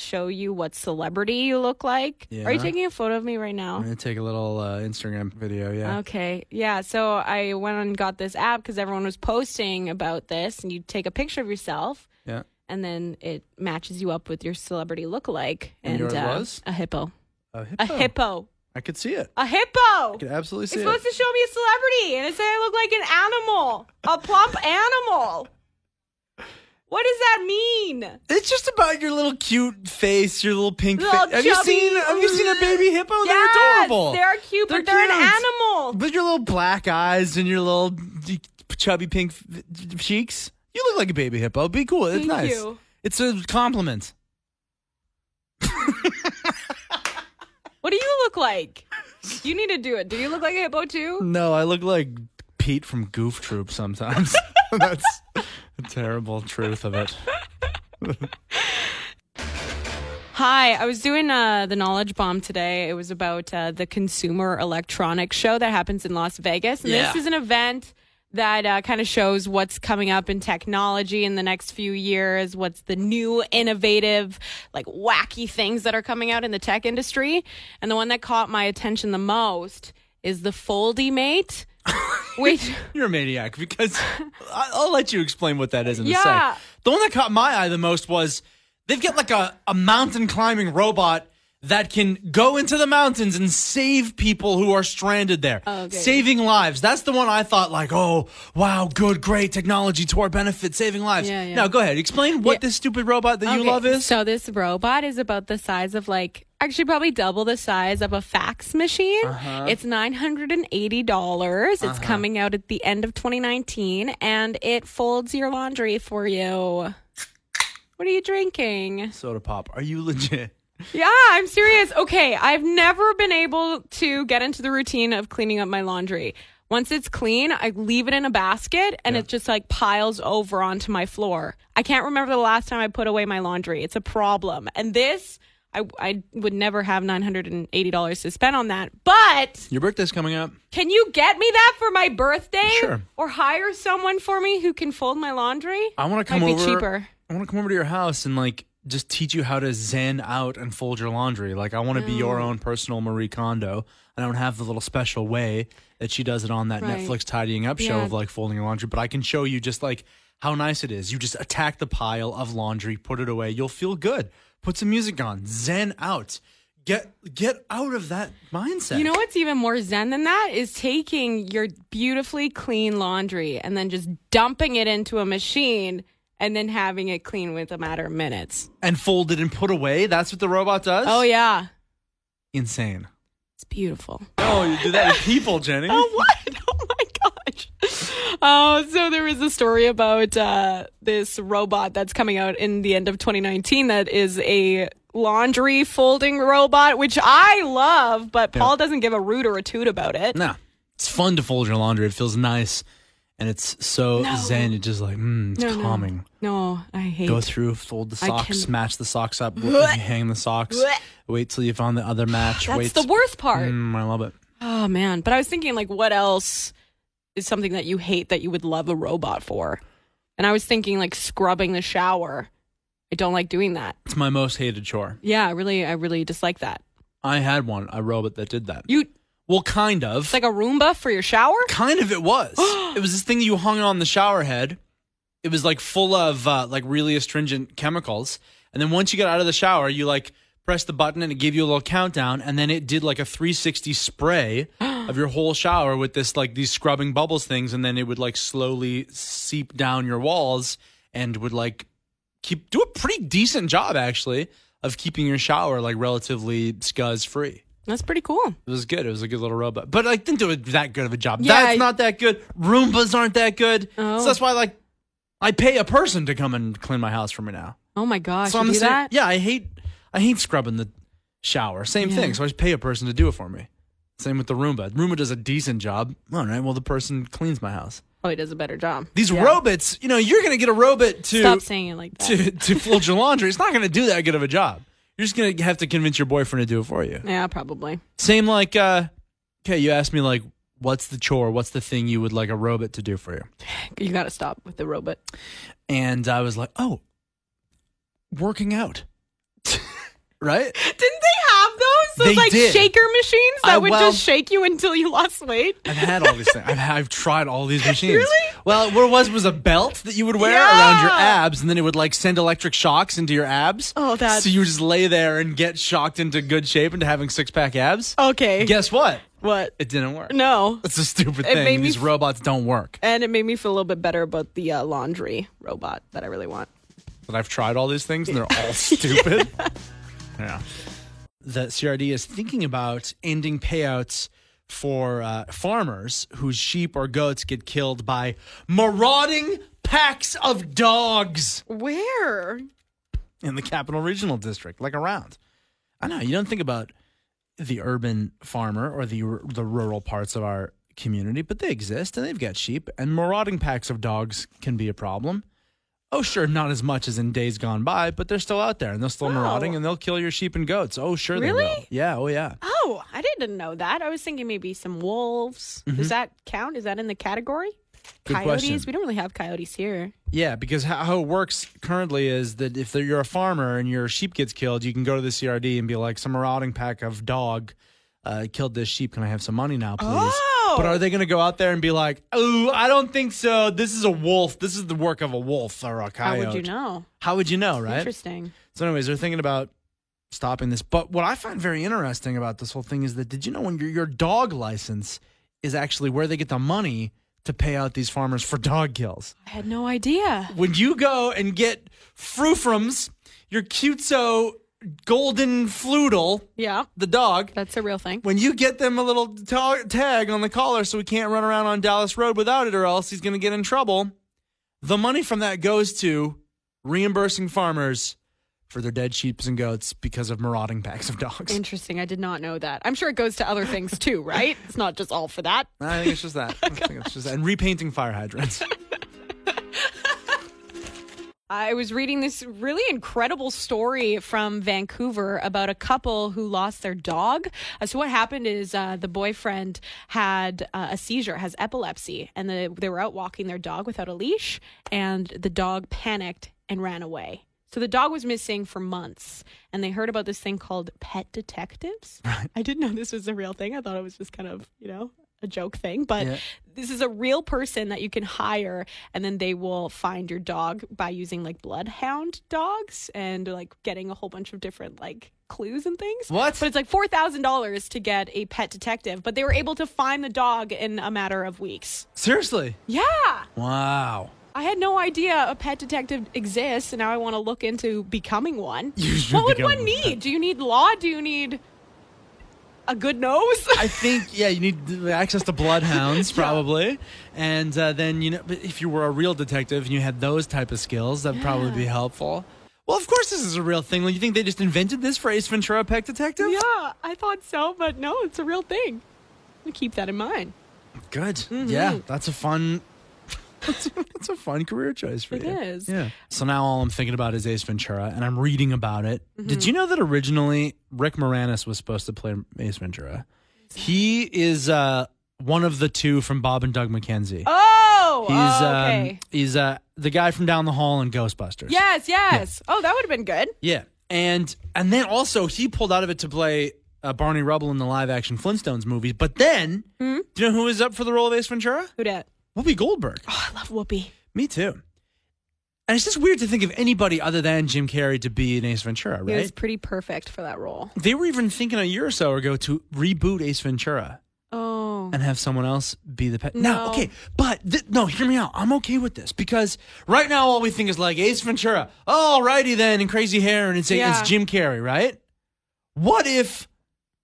show you what celebrity you look like. Are you
Yeah.
taking a photo of me right
I'm
now?
gonna take a little uh, Instagram video. Yeah.
Oh. Okay. Yeah. So I went and got this app because everyone was posting about this, and you take a picture of yourself,
Yeah.
and then it matches you up with your celebrity lookalike.
And yours
uh,
was?
a hippo.
A hippo.
A hippo.
I could see it.
A hippo.
I could absolutely see
It's
it.
supposed to show me a celebrity, and it said I look like an animal, a plump animal. What does that mean?
It's just about your little cute face, your little pink face.
Little
Have you
chubby-
seen? Have you seen a baby hippo? they're
Yes,
adorable.
They're cute, but they're an
cute.
animal.
But your little black eyes and your little d- chubby pink f- cheeks. You look like a baby hippo. Be cool. It's
Thank
nice.
you.
It's a compliment.
What do you look like? You need to do it. Do you look like a hippo too?
No, I look like Pete from Goof Troop sometimes. That's the terrible truth of it.
Hi, I was doing uh, the knowledge bomb today. It was about uh, the Consumer Electronics Show that happens in Las Vegas, and this
Yeah.
is an event that uh, kind of shows what's coming up in technology in the next few years. What's the new, innovative, like wacky things that are coming out in the tech industry? And the one that caught my attention the most is the Foldy Mate, which.
You're a maniac because I- I'll let you explain what that is in a
Yeah.
sec. The one that caught my eye the most was they've got like a, a mountain climbing robot that can go into the mountains and save people who are stranded there.
Oh, okay.
Saving lives. That's the one I thought like, oh, wow, good, great technology to our benefit, saving lives.
Yeah, yeah.
Now go ahead. Explain what
Yeah.
this stupid robot that you
Okay,
love is.
So this robot is about the size of like actually probably double the size of a fax machine.
Uh-huh.
It's nine hundred and eighty dollars. It's coming out at the end of twenty nineteen, and it folds your laundry for you. What are you drinking?
Soda pop. Are you legit?
Yeah, I'm serious. Okay, I've never been able to get into the routine of cleaning up my laundry. Once it's clean, I leave it in a basket and it just like piles over onto my floor. I can't remember the last time I put away my laundry. It's a problem. And this, I, I would never have $980 to spend on that. But
Your birthday's coming up.
can you get me that for my birthday?
Sure.
Or hire someone for me who can fold my laundry?
I want to come
Might
over.
be cheaper.
I want to come over to your house and like just teach you how to zen out and fold your laundry. Like I want to be your own personal Marie Kondo, and I don't have the little special way that she does it on that
Right.
Netflix tidying up show
Yeah.
of like folding your laundry. But I can show you just like how nice it is. You just attack the pile of laundry, put it away. You'll feel good. Put some music on, zen out. Get get out of that mindset.
You know what's even more zen than that is taking your beautifully clean laundry and then just dumping it into a machine and then having it clean with a matter of minutes.
And fold it and put away. That's what the robot does.
Oh yeah,
insane.
it's beautiful.
Oh, you do that with people, Jenny.
Oh what? Oh my gosh. Oh, so there was a story about uh, this robot that's coming out in the end of 2019 that is a laundry folding robot, which I love, but Paul doesn't give a root or a toot about it.
No. It's fun to fold your laundry. It feels nice. And it's so zen. It's just like, mm, it's
No, no.
calming.
No, I hate.
Go through, fold the
I
socks,
can-
match the socks up, hang the socks, wait till you found the other match.
that's
wait.
the worst part.
Mm, I love it.
Oh man, but I was thinking like what else is something that you hate that you would love a robot for? And I was thinking like scrubbing the shower. I don't like doing that.
It's my most hated chore.
Yeah, I really I really dislike that.
I had one, a robot that did that.
You it's
well, kind of.
like a Roomba for your shower?
kind of it was. it was this thing you hung on the shower head. It was like full of uh, like really astringent chemicals. And then once you got out of the shower, you like pressed the button and it gave you a little countdown. And then it did like a 360 spray of your whole shower with this like these scrubbing bubbles things. And then it would like slowly seep down your walls and would like keep do a pretty decent job actually of keeping your shower like relatively scuzz free.
That's pretty cool.
It was good. It was a good little robot, but I didn't do it that good of a job.
Yeah,
That's
I-
not that good. Roombas aren't that good.
Oh.
So that's why, like, I pay a person to come and clean my house for me now.
Oh my gosh,
so
you
the
do
same-
that?
Yeah, I hate, I hate scrubbing the shower. Same
Yeah.
thing. So I just pay a person to do it for me. Same with the Roomba. Roomba does a decent job. All right. Well, the person cleans my house.
Oh, he does a better job.
These
Yeah.
robots, you know, you're gonna get a robot to
Stop saying it like that.
to to fold your laundry. It's not gonna do that good of a job. You're just gonna have to convince your boyfriend to do it for you.
Yeah, probably.
Same like uh okay, you asked me like what's the chore, what's the thing you would like a robot to do for you?
You got to stop with the robot.
And I was like, "Oh, working out." right?
Didn't they have those? Those
They
like
did.
shaker machines that
I-
would
well-
just shake you until you lost weight?
I've had all these things. I've, I've tried all these machines.
Really?
Well, what it was was a belt that you would wear
Yeah.
around your abs, and then it would like send electric shocks into your abs.
Oh, that's-
so you would just lay there and get shocked into good shape into having six pack abs.
Okay.
Guess what?
what?
It didn't work.
Oh, No.
That's a stupid
It made
thing.
me
These
f-
robots don't work.
and it made me feel a little bit better about the uh, laundry robot that I really want.
that I've tried all these things and they're all stupid.
Yeah.
That CRD is thinking about ending payouts for uh, farmers whose sheep or goats get killed by marauding packs of dogs
Where?
in the Capital Regional District, like around. I know you don't think about the urban farmer or the r- the rural parts of our community, but they exist and they've got sheep, and marauding packs of dogs can be a problem. Oh, sure, not as much as in days gone by, but they're still out there and they're still marauding and they'll kill your sheep and goats. Oh, sure, they will.
Really?
Yeah, oh, yeah.
Oh, I didn't know that. I was thinking maybe some wolves. Does that count? Is that in the category?
Mm-hmm. Good
coyotes?
question.
We don't really have coyotes here.
Yeah, because how, how it works currently is that if there- you're a farmer and your sheep gets killed, you can go to the CRD and be like, some marauding pack of dog uh, killed this sheep. Can I have some money now, please?
Oh!
But are they going to go out there and be like, oh, I don't think so. This is a wolf. This is the work of a wolf or a
How
coyote.
would you know?
How would you know, right?
Interesting.
So, anyways, they're thinking about stopping this. But what I find very interesting about this whole thing is that did you know when your, your dog license is actually where they get the money to pay out these farmers for dog kills?
I had no idea.
when you go and get frufrums, your cuteso golden floodle,
Yeah,
the dog,
that's a real thing.
when you get them a little ta- tag on the collar so he can't run around on Dallas Road without it or else he's going to get in trouble, the money from that goes to reimbursing farmers for their dead sheep and goats because of marauding packs of dogs.
Interesting. I did not know that. I'm sure it goes to other things too, right? It's not just all for that.
I think it's just that. I think it's just that. And repainting fire hydrants.
I was reading this really incredible story from Vancouver about a couple who lost their dog. Uh, so what happened is uh, the boyfriend had uh, a seizure, has epilepsy, and the, they were out walking their dog without a leash, and the dog panicked and ran away. So the dog was missing for months, and they heard about this thing called pet detectives. I didn't know this was a real thing. I thought it was just kind of, you know, a joke thing, but
Yeah.
this is a real person that you can hire and then they will find your dog by using like bloodhound dogs and like getting a whole bunch of different like clues and things.
What?
But it's like $4,000 to get a pet detective, but they were able to find the dog in a matter of weeks.
Seriously.
Yeah.
Wow.
I had no idea a pet detective exists and now I want to look into becoming one.
You should
what would
become
one
a
need?
pet-
Do you need law? Do you need a good nose?
I think yeah, you need the access to bloodhounds probably, and uh, then you know but if you were a real detective and you had those type of skills, that'd probably be helpful. Well, of course, this is a real thing. Like, You think they just invented this for Ace Ventura: Pet Detective?
Yeah, I thought so, but no, it's a real thing. We keep that in mind.
Good.
Mm-hmm.
Yeah, that's a fun. that's, a, that's a fun career choice for
It
you.
is.
Yeah. So now all I'm thinking about is Ace Ventura, and I'm reading about it.
Mm-hmm.
Did you know that originally Rick Moranis was supposed to play Ace Ventura? He is uh, one of the two from Bob and Doug McKenzie.
Oh,
He's
oh,
um,
okay.
he's uh, the guy from down the hall in Ghostbusters.
yes, yes. Oh, that would have been good.
yeah, and and then also he pulled out of it to play uh, Barney Rubble in the live action Flintstones movie. But then,
Hmm?
do you know who was up for the role of Ace Ventura?
Who dat?
Whoopi Goldberg.
Oh, I love Whoopi.
Me too. And it's just weird to think of anybody other than Jim Carrey to be an Ace Ventura,
He
right?
was pretty perfect for that role.
they were even thinking a year or so ago to reboot Ace Ventura.
Oh,
and have someone else be the pet.
No.
okay, but th- no, hear me out. I'm okay with this because right now all we think is like Ace Ventura. Alrighty then, and crazy hair, and it's
Yeah.
it's Jim Carrey, right? What if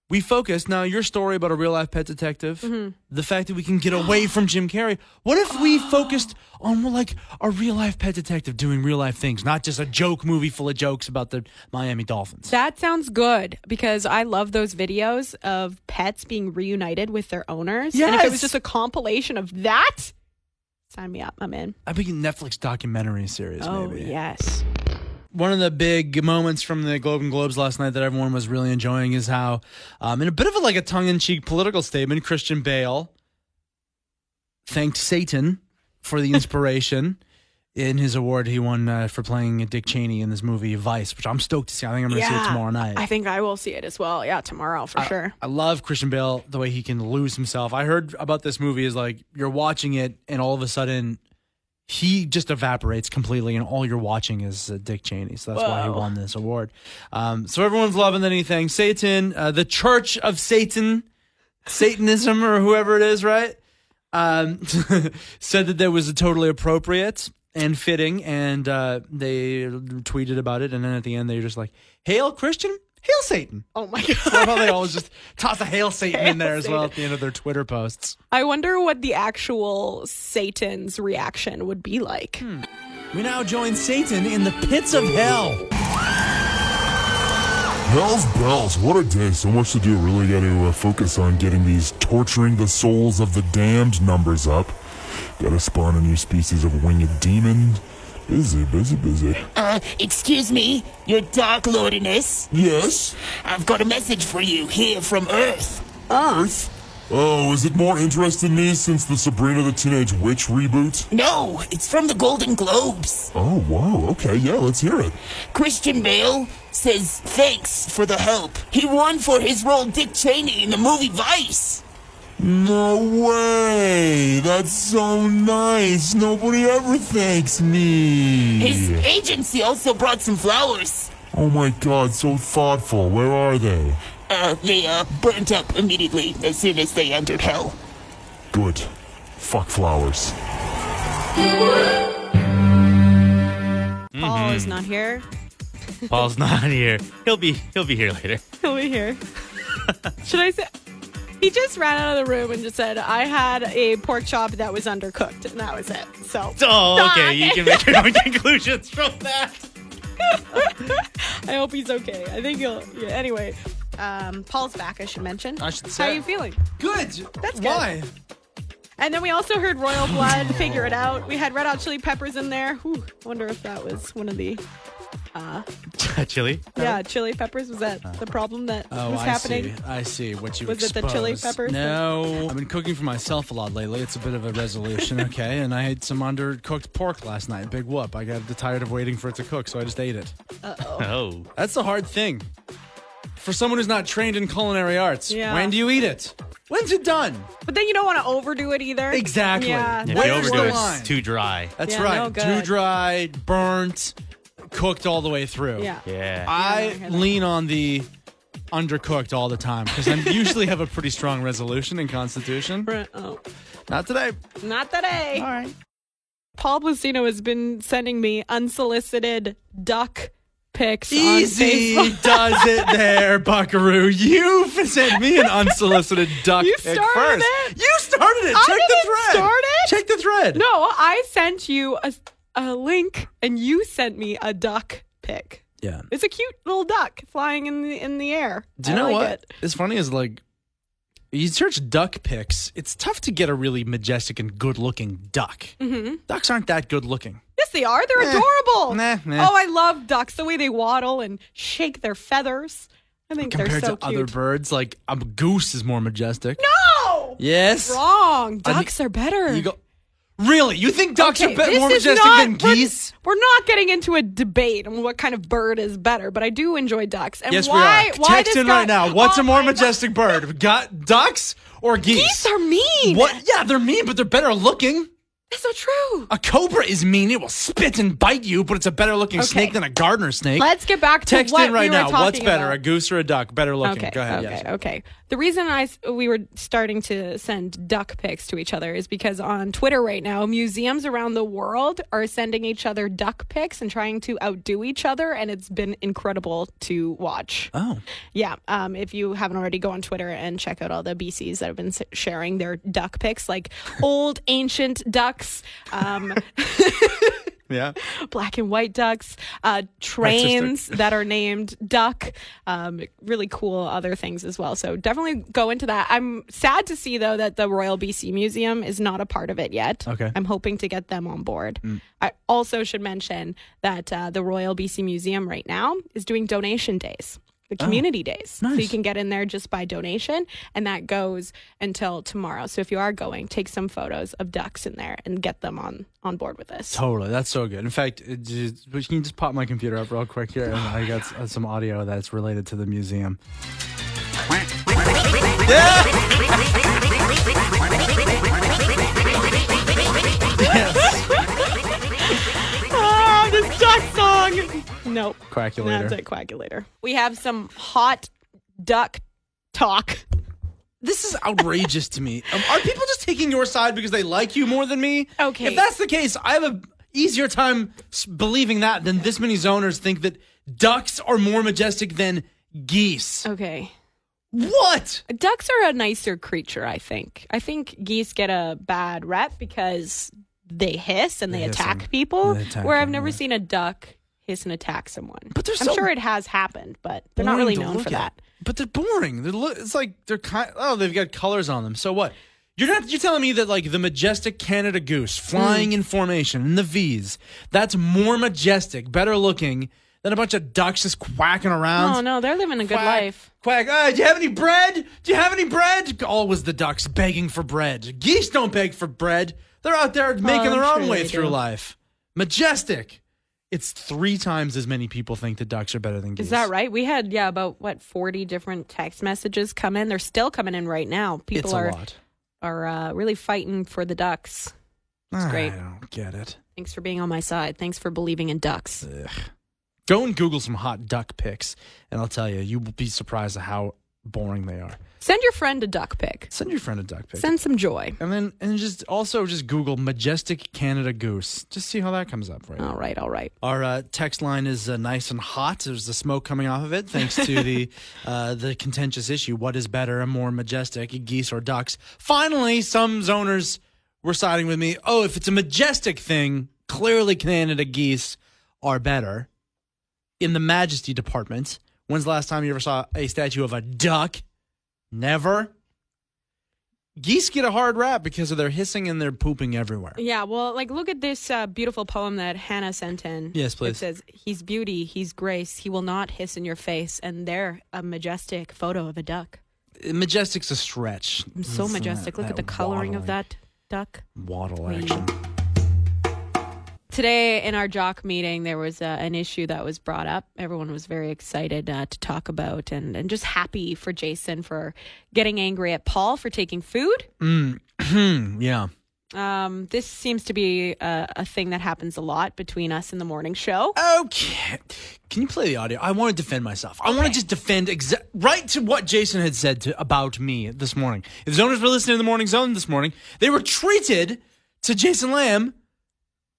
we focus now your story about a real life pet detective,
Mm-hmm.
the fact that we can get away from Jim Carrey. What if we focused on well, like a real life pet detective doing real life things, not just a joke movie full of jokes about the Miami Dolphins?
that sounds good because I love those videos of pets being reunited with their owners. And if it
Yes.
was just a compilation of that, sign me up. I'm in.
I think a Netflix documentary series.
Oh,
maybe.
yes.
one of the big moments from the Globe and Globes last night that everyone was really enjoying is how, um, in a bit of a, like a tongue-in-cheek political statement, Christian Bale thanked Satan for the inspiration in his award he won uh, for playing Dick Cheney in this movie Vice, which I'm stoked to see. I think I'm going to see it tomorrow night. Uh,
I think I will see it as well. Yeah, tomorrow for sure.
I love Christian Bale the way he can lose himself. I heard about this movie is like you're watching it and all of a sudden he just evaporates completely and all you're watching is uh, Dick Cheney. So that's why he
Whoa.
won this award. Um, so everyone's loving anything. Satan, uh, the Church of Satan, Satanism or whoever it is, right? Um, said that that was totally appropriate and fitting. And uh, they tweeted about it. And then at the end, they were just like, Hail Christian, Hail Satan.
Oh my
I
god.
love how they always just toss a Hail Satan in there
Hail
as well
Satan.
at the end of their Twitter posts.
I wonder what the actual Satan's reaction would be like.
Hmm.
We now join Satan in the pits of hell.
Hell's bells, what a day. So much to do. Really got to uh, focus on getting these torturing the souls of the damned numbers up. Got to spawn a new species of winged demon. Busy, busy, busy.
Uh, excuse me, your Dark Lordiness.
Yes?
I've got a message for you here from Earth.
Earth? Oh, is it more interest in me since the Sabrina the Teenage Witch reboot?
No, Oh, it's from the Golden Globes.
Oh, wow. Okay, yeah, let's hear it.
Christian Bale says thanks for the help. He won for his role Dick Cheney in the movie Vice.
No way! That's so nice! Nobody ever thanks me!
His agency also brought some flowers.
Oh my god, so thoughtful. Where are they?
Uh, they uh, burnt up immediately as soon as they entered hell.
Good. Fuck flowers.
Paul is not here.
Mm-hmm. Paul's not here. He'll be he'll be here later.
He'll be here. Should I say? He just ran out of the room and just said, "I had a pork chop that was undercooked, and that was it." So,
Oh,
Stop
okay. You
it.
can make your own conclusions from that.
I hope he's okay. I think he'll. Yeah. Anyway, um, Paul's back. I should mention. I
should
How
say.
are you feeling?
Good.
That's good.
Why?
And then we also heard Royal Blood, Figure It Out. We had Red Hot Chili Peppers in there. Whew, wonder if that was one of the
Chili.
yeah Chili Peppers. Was that the problem that
Oh,
was
I
happening?
see. I see what you
Was it the chili
exposed.
peppers?
No, I've been cooking for myself a lot lately. It's a bit of a resolution, okay? And I had some undercooked pork last night. Big whoop! I got tired of waiting for it to cook, so I just ate it.
Oh.
That's the hard thing for someone who's not trained in culinary arts.
Yeah.
When do you eat it? When's it done?
But then you don't want to overdo it either.
Exactly.
Yeah.
If
If
that's
you
Where's
overdo
the
it,
line?
it's too dry.
That's
Yeah, no
right.
good.
Too dry, burnt, cooked all the way through.
Yeah.
Yeah.
I lean on the undercooked all the time because I usually have a pretty strong resolution and constitution.
Oh,
Not today.
not today. All right. Paul Blustino has been sending me unsolicited duck pics
Easy
on Facebook.
does it there, Buckaroo. You sent me an unsolicited duck
You
pic
started
first.
it.
You started it.
I
Check the
didn't
thread.
start it.
Check the thread.
No, I sent you a, a link and you sent me a duck pic.
Yeah.
It's a cute little duck flying in the in the air.
Do you
I
know
like
what?
it.
It's funny is like you search duck pics. It's tough to get a really majestic and good-looking duck. Mm-hmm. Ducks aren't that good-looking.
Yes, they are. They're adorable.
Eh. Nah, nah.
Oh, I love ducks. The way they waddle and shake their feathers. I think they're
compared
so
to
cute.
other birds. Like a goose is more majestic.
no,
Yes.
wrong.
I think-
Ducks are better.
You go. Really? You think ducks
Okay,
are be-
this
more
is
majestic
not-
than
we're-
geese?
We're, not getting into a debate on what kind of bird is better, but I do enjoy ducks. And
Yes,
why?
we are.
Why
Text
this
in
guy-
right now. What's
Oh
a more
my God.
majestic bird? Got ducks or geese?
Geese are mean.
What? Yeah, they're mean, but they're better looking.
That's not true.
A cobra is mean. It will spit and bite you, but it's a better looking
Okay.
snake than a gardener snake.
Let's get back to
Text
what
in right
we were
now.
talking
What's better,
about.
a goose or a duck? Better looking.
Okay.
Go ahead.
Okay.
yes.
Okay. The reason I s- we were starting to send duck pics to each other is because on Twitter right now, museums around the world are sending each other duck pics and trying to outdo each other, and it's been incredible to watch.
Oh.
Yeah. Um, if you haven't already, go on Twitter and check out all the BCs that have been s- sharing their duck pics, like old ancient ducks, um,
Yeah.
black and white ducks, uh, trains that are named duck, um, really cool other things as well. So definitely go into that. I'm sad to see though that the Royal BC Museum is not a part of it yet.
Okay. Mm.
I'm hoping to get them on board. I also should mention that uh, the Royal BC Museum right now is doing donation days. The community days. So you
Oh, nice.
can get in there just by donation, and that goes until tomorrow. So if you are going, take some photos of ducks in there and get them on on board with us.
Totally. That's so good. In fact, it just, but can you just pop my computer up real quick here? And I got s- uh, some audio that's related to the museum.
Ah, this duck song. Nope.
Quackulator.
That's it, coagulator. We have some hot duck talk.
This is outrageous to me. Um, are people just taking your side because they like you more than me?
Okay.
If that's the case, I have a easier time s- believing that than this many zoners think that ducks are more majestic than geese.
Okay.
What?
Ducks are a nicer creature, I think. I think geese get a bad rep because they hiss and they,
hiss
attack
and-
people.
they attack
where I've
them,
never
yeah.
seen a duck hiss and attack someone.
But they're
I'm
so
sure it has happened, but they're not
boring
really
to
known
look
for that.
at. But they're boring. They're lo- it's like they're kind. Oh, they've got colors on them. So what? You're not. You're telling me that like the majestic Canada goose flying
Hmm.
in formation in the V's. That's more majestic, better looking than a bunch of ducks just quacking around.
Oh no, they're living a good
Quack,
life.
Quack. Uh, do you have any bread? Do you have any bread? Always the ducks begging for bread. Geese don't beg for bread. They're out there making
I'm
their own
sure
way
they
through
do.
life. Majestic. It's three times as many people think that ducks are better than geese.
Is that right? We had yeah about what 40 different text messages come in. They're still coming in right now. People
It's a
are
lot.
are uh, really fighting for the ducks. It's great.
Ah, I don't get it.
Thanks for being on my side. Thanks for believing in ducks.
Go and Google some hot duck pics, and I'll tell you, you will be surprised at how boring they are.
Send your friend a duck pic.
Send your friend a duck pic,
Send some joy.
and then and just also just Google majestic Canada goose. Just see how that comes up right now.
All right, all right.
Our uh, text line is uh, nice and hot. There's the smoke coming off of it, thanks to the uh, the contentious issue: what is better, and more majestic, geese or ducks? Finally, some zoners were siding with me. Oh, if it's a majestic thing, clearly Canada geese are better. In the majesty department, when's the last time you ever saw a statue of a duck? Never. Geese get a hard rap because of their hissing and their pooping everywhere.
Yeah, well, like look at this uh, beautiful poem that Hannah sent in.
Yes, please.
It says, "He's beauty, he's grace, he will not hiss in your face." And there, a majestic photo of a duck.
Majestic's a stretch.
So
It's not
majestic. Look at the
that
coloring of
waddling.
that duck.
waddle
Wait.
action.
Today in our jock meeting, there was uh, an issue that was brought up. Everyone was very excited uh, to talk about and, and just happy for Jason for getting angry at Paul for taking food.
Hmm, yeah.
Um, this seems to be a, a thing that happens a lot between us in the morning show.
Okay. Can you play the audio? I want to defend myself. I want to just defend exa- right to what Jason had said to, about me this morning. If zoners were listening to the morning zone this morning, they were treated to Jason Lamb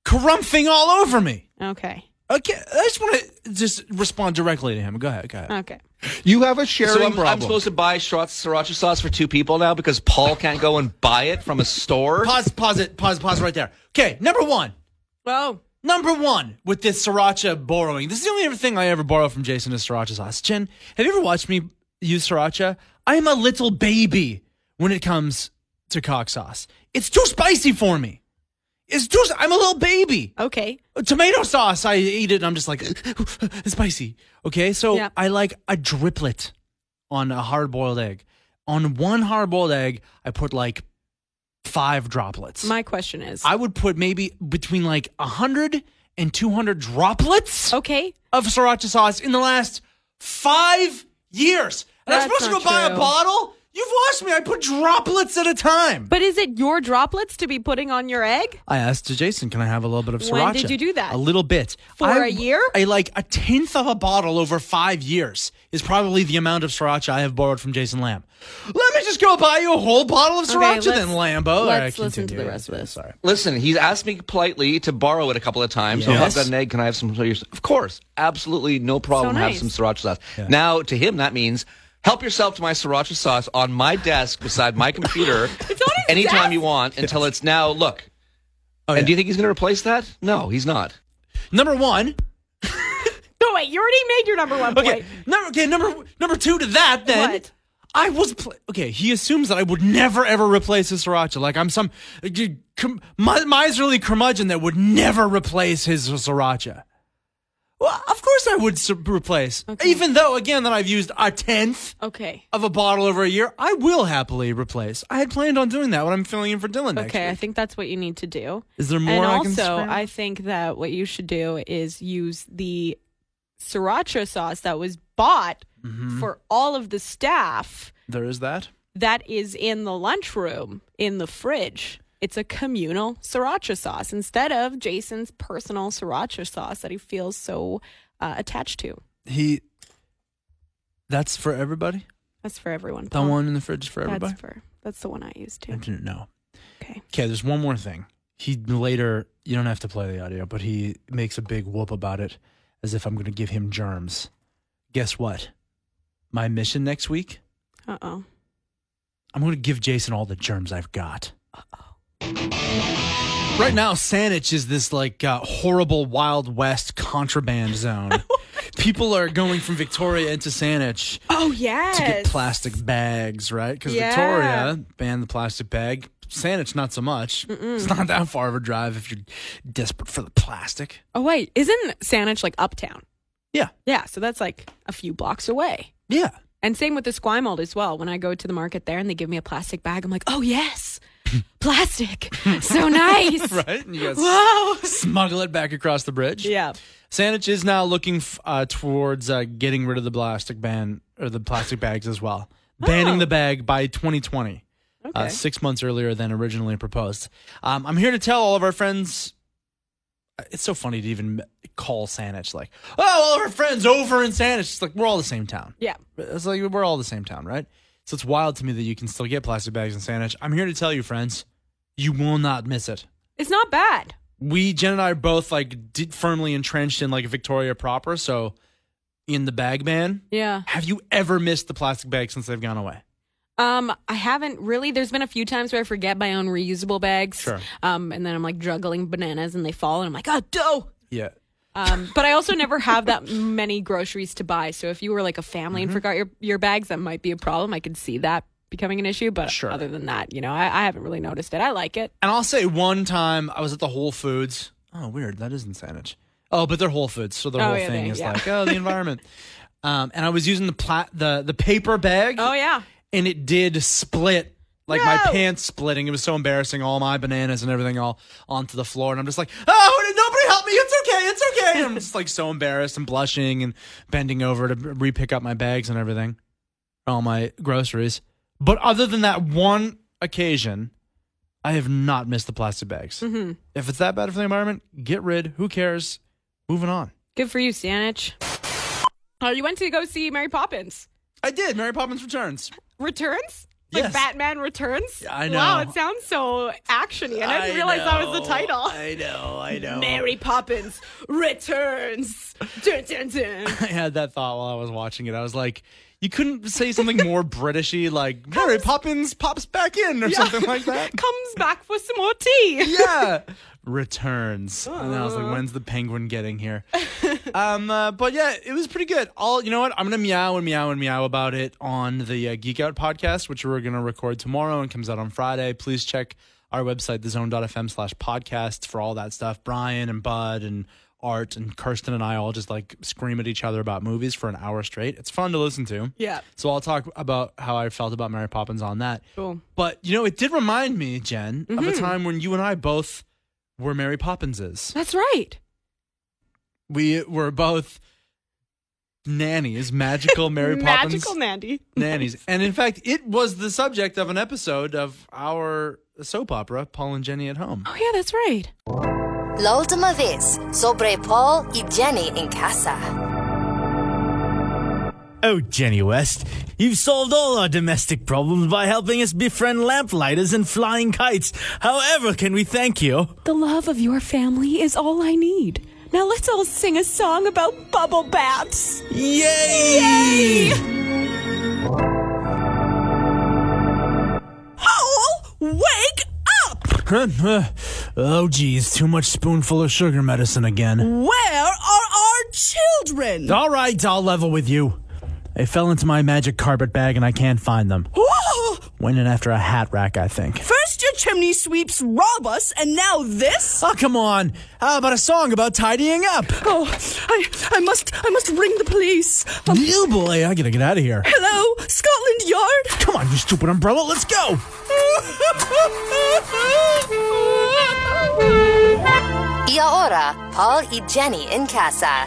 crumping all over me.
Okay.
Okay, I just want to just respond directly to him. Go ahead. Go ahead.
Okay.
You have a sharing
So I'm,
problem.
I'm supposed to buy sriracha, sriracha sauce for two people now because Paul can't go and buy it from a store.
Pause. Pause it. Pause. Pause right there. Okay. Number one.
Well,
Number one with this sriracha borrowing. This is the only other thing I ever borrow from Jason is sriracha sauce. Jen, have you ever watched me use sriracha? I am a little baby when it comes to cock sauce. It's too spicy for me. It's too. I'm a little baby.
okay.
Tomato sauce, I eat it and I'm just like spicy. Okay, so
Yeah.
I like a driplet on a hard boiled egg. On one hard boiled egg, I put like five droplets.
My question is
I would put maybe between like 100 and 200 droplets
okay.
of sriracha sauce in the last five years. And I'm
That's
supposed to go
not
buy a
true.
bottle? You've watched me. I put droplets at a time.
But is it your droplets to be putting on your egg?
I asked Jason, can I have a little bit of sriracha?
When did you do that?
A little bit.
For
I-
a year?
I like a tenth of a bottle over five years is probably the amount of sriracha I have borrowed from Jason Lamb. Let me just go buy you a whole bottle of
Okay,
sriracha
let's-
then, Lambo. All
let's
right,
listen to
continue.
the rest of this.
Sorry.
Listen, he's asked me politely to borrow it a couple of times. So if
Yes.
I've got an egg, can I have some? for yours? Of course, absolutely, no problem.
So
Have some
nice.
sriracha sauce. Now, to him, that means help yourself to my sriracha sauce on my desk beside my computer
on his
anytime
desk?
you want until it's now. Look, and
Oh, yeah.
do you think he's going to replace that? No, he's not.
Number one,
No, wait, you already made your number one
Okay,
point.
number okay number number two to that then.
What?
I was pl- okay. He assumes that I would never ever replace his sriracha. Like I'm some uh, g- cum- mi- miserly curmudgeon that would never replace his sriracha. Well, of course I would sur- replace. Even though again that I've used a tenth
Okay.
of a bottle over a year, I will happily replace. I had planned on doing that when I'm filling in for Dylan. next
Okay, I
week.
think that's what you need to do.
Is there more
And
I can
also,
scream?
I think that what you should do is use the sriracha sauce that was bought
Mm-hmm.
for all of the staff
there is that.
that is in the lunchroom in the fridge. It's a communal sriracha sauce instead of Jason's personal sriracha sauce that he feels so uh, attached to.
He. That's for everybody.
That's for everyone.
That
Paul.
one in the fridge is for everybody.
That's for that's the one I used
I
too.
didn't know.
Okay.
Okay, there's one more thing. he later, you don't have to play the audio, but he makes a big whoop about it as if I'm going to give him germs. Guess what? My mission next week,
Uh oh.
I'm going to give Jason all the germs I've got. Right now, Saanich is this like uh, horrible Wild West contraband zone. People are going from Victoria into Saanich
Oh yes.
to get plastic bags, right? Because
Yeah.
Victoria banned the plastic bag. Saanich, not so much. It's not that far of a drive if you're desperate for the plastic.
oh wait, isn't Saanich like uptown?
Yeah.
Yeah, so that's like a few blocks away.
Yeah.
And same with the Squimold as well. When I go to the market there and they give me a plastic bag, I'm like, oh yes, plastic, so nice.
right? And you guys
Whoa.
smuggle it back across the bridge.
Yeah.
Saanich is now looking f- uh, towards uh, getting rid of the plastic ban or the plastic bags as well, banning the bag by 2020, uh,
Okay.
six months earlier than originally proposed. Um, I'm here to tell all of our friends. uh, It's so funny to even call Saanich like, oh, all of our friends over in Saanich. It's like we're all the same town.
Yeah.
It's like we're all the same town, right? So it's wild to me that you can still get plastic bags in Saanich. I'm here to tell you, friends, you will not miss it
It's not bad.
we Jen and I are both like did firmly entrenched in like Victoria proper, so in the bag ban.
Yeah.
Have you ever missed the plastic bag since they've gone away?
Um, I haven't really. There's been a few times where I forget my own reusable bags.
Sure.
Um, and then I'm like juggling bananas and they fall and I'm like, oh, dough.
Yeah.
Um, but I also never have that many groceries to buy. So if you were like a family
Mm-hmm.
and forgot your, your bags, that might be a problem. I could see that becoming an issue. But
Sure.
other than that, you know, I, I haven't really noticed it. I like it.
And I'll say one time I was at the Whole Foods. Oh, weird. That isn't sandwich. Oh, but they're Whole Foods, so their
Oh,
whole
yeah,
thing
they-
is
yeah.
like, oh, the environment. um, and I was using the pla- the the paper bag.
Oh, yeah.
and it did split like my
No.
pants splitting. It was so embarrassing. All my bananas and everything all onto the floor, and I'm just like, oh, did nobody help me? It's okay, it's okay. And I'm just like so embarrassed and blushing and bending over to re pick up my bags and everything, all my groceries. But other than that one occasion, I have not missed the plastic bags.
Mm-hmm.
If it's that bad for the environment, get rid. Who cares? Moving on.
Good for you, Sanich. Oh, you went to go see Mary Poppins.
I did. Mary Poppins returns.
Returns? Like
Yes.
Batman Returns?
I
Wow,
know.
it sounds so actiony. And I didn't realize that was the title.
know. I know.
Mary Poppins returns. Dun, dun, dun.
I had that thought while I was watching it. I was like, you couldn't say something more Britishy, like Mary Poppins pops back in or something like that.
Comes back for some more tea.
yeah, returns. And I was like, when's the penguin getting here? um, uh, but yeah, it was pretty good. All you know what? I'm gonna meow and meow and meow about it on the uh, Geek Out podcast, which we're gonna record tomorrow and comes out on Friday. Please check our website, thezone.fm slash podcast for all that stuff. Brian and Bud and Art and Kirsten and I all just like scream at each other about movies for an hour straight. It's fun to listen to.
Yeah.
So I'll talk about how I felt about Mary Poppins on that.
Cool.
But you know, it did remind me, Jen, of a time when you and I both were Mary Poppinses.
That's right.
We were both nannies, magical Mary Poppins
Magical Nandy.
nannies. And in fact, it was the subject of an episode of our soap opera, Paul and Jenny at Home.
Oh yeah, that's right.
La última vez sobre Paul y Jenny en casa.
Oh, Jenny West, you've solved all our domestic problems by helping us befriend lamplighters and flying kites. However, can we thank you?
The love of your family is all I need. Now let's all sing a song about bubble baths.
Yay!
Oh, wake up!
oh, geez, too much spoonful of sugar medicine again.
Where are our children?
All right, I'll level with you. They fell into my magic carpet bag and I can't find them.
Whoa!
Went in after a hat rack, I think.
First your chimney sweeps rob us, and now this?
Oh, come on. How about a song about tidying up?
Oh, I, I must, I must ring the police. Um,
You boy, I gotta get out of here.
hello, Scotland Yard.
Come on, you stupid umbrella, let's go!
Y ahora, Paul y Jenny en casa.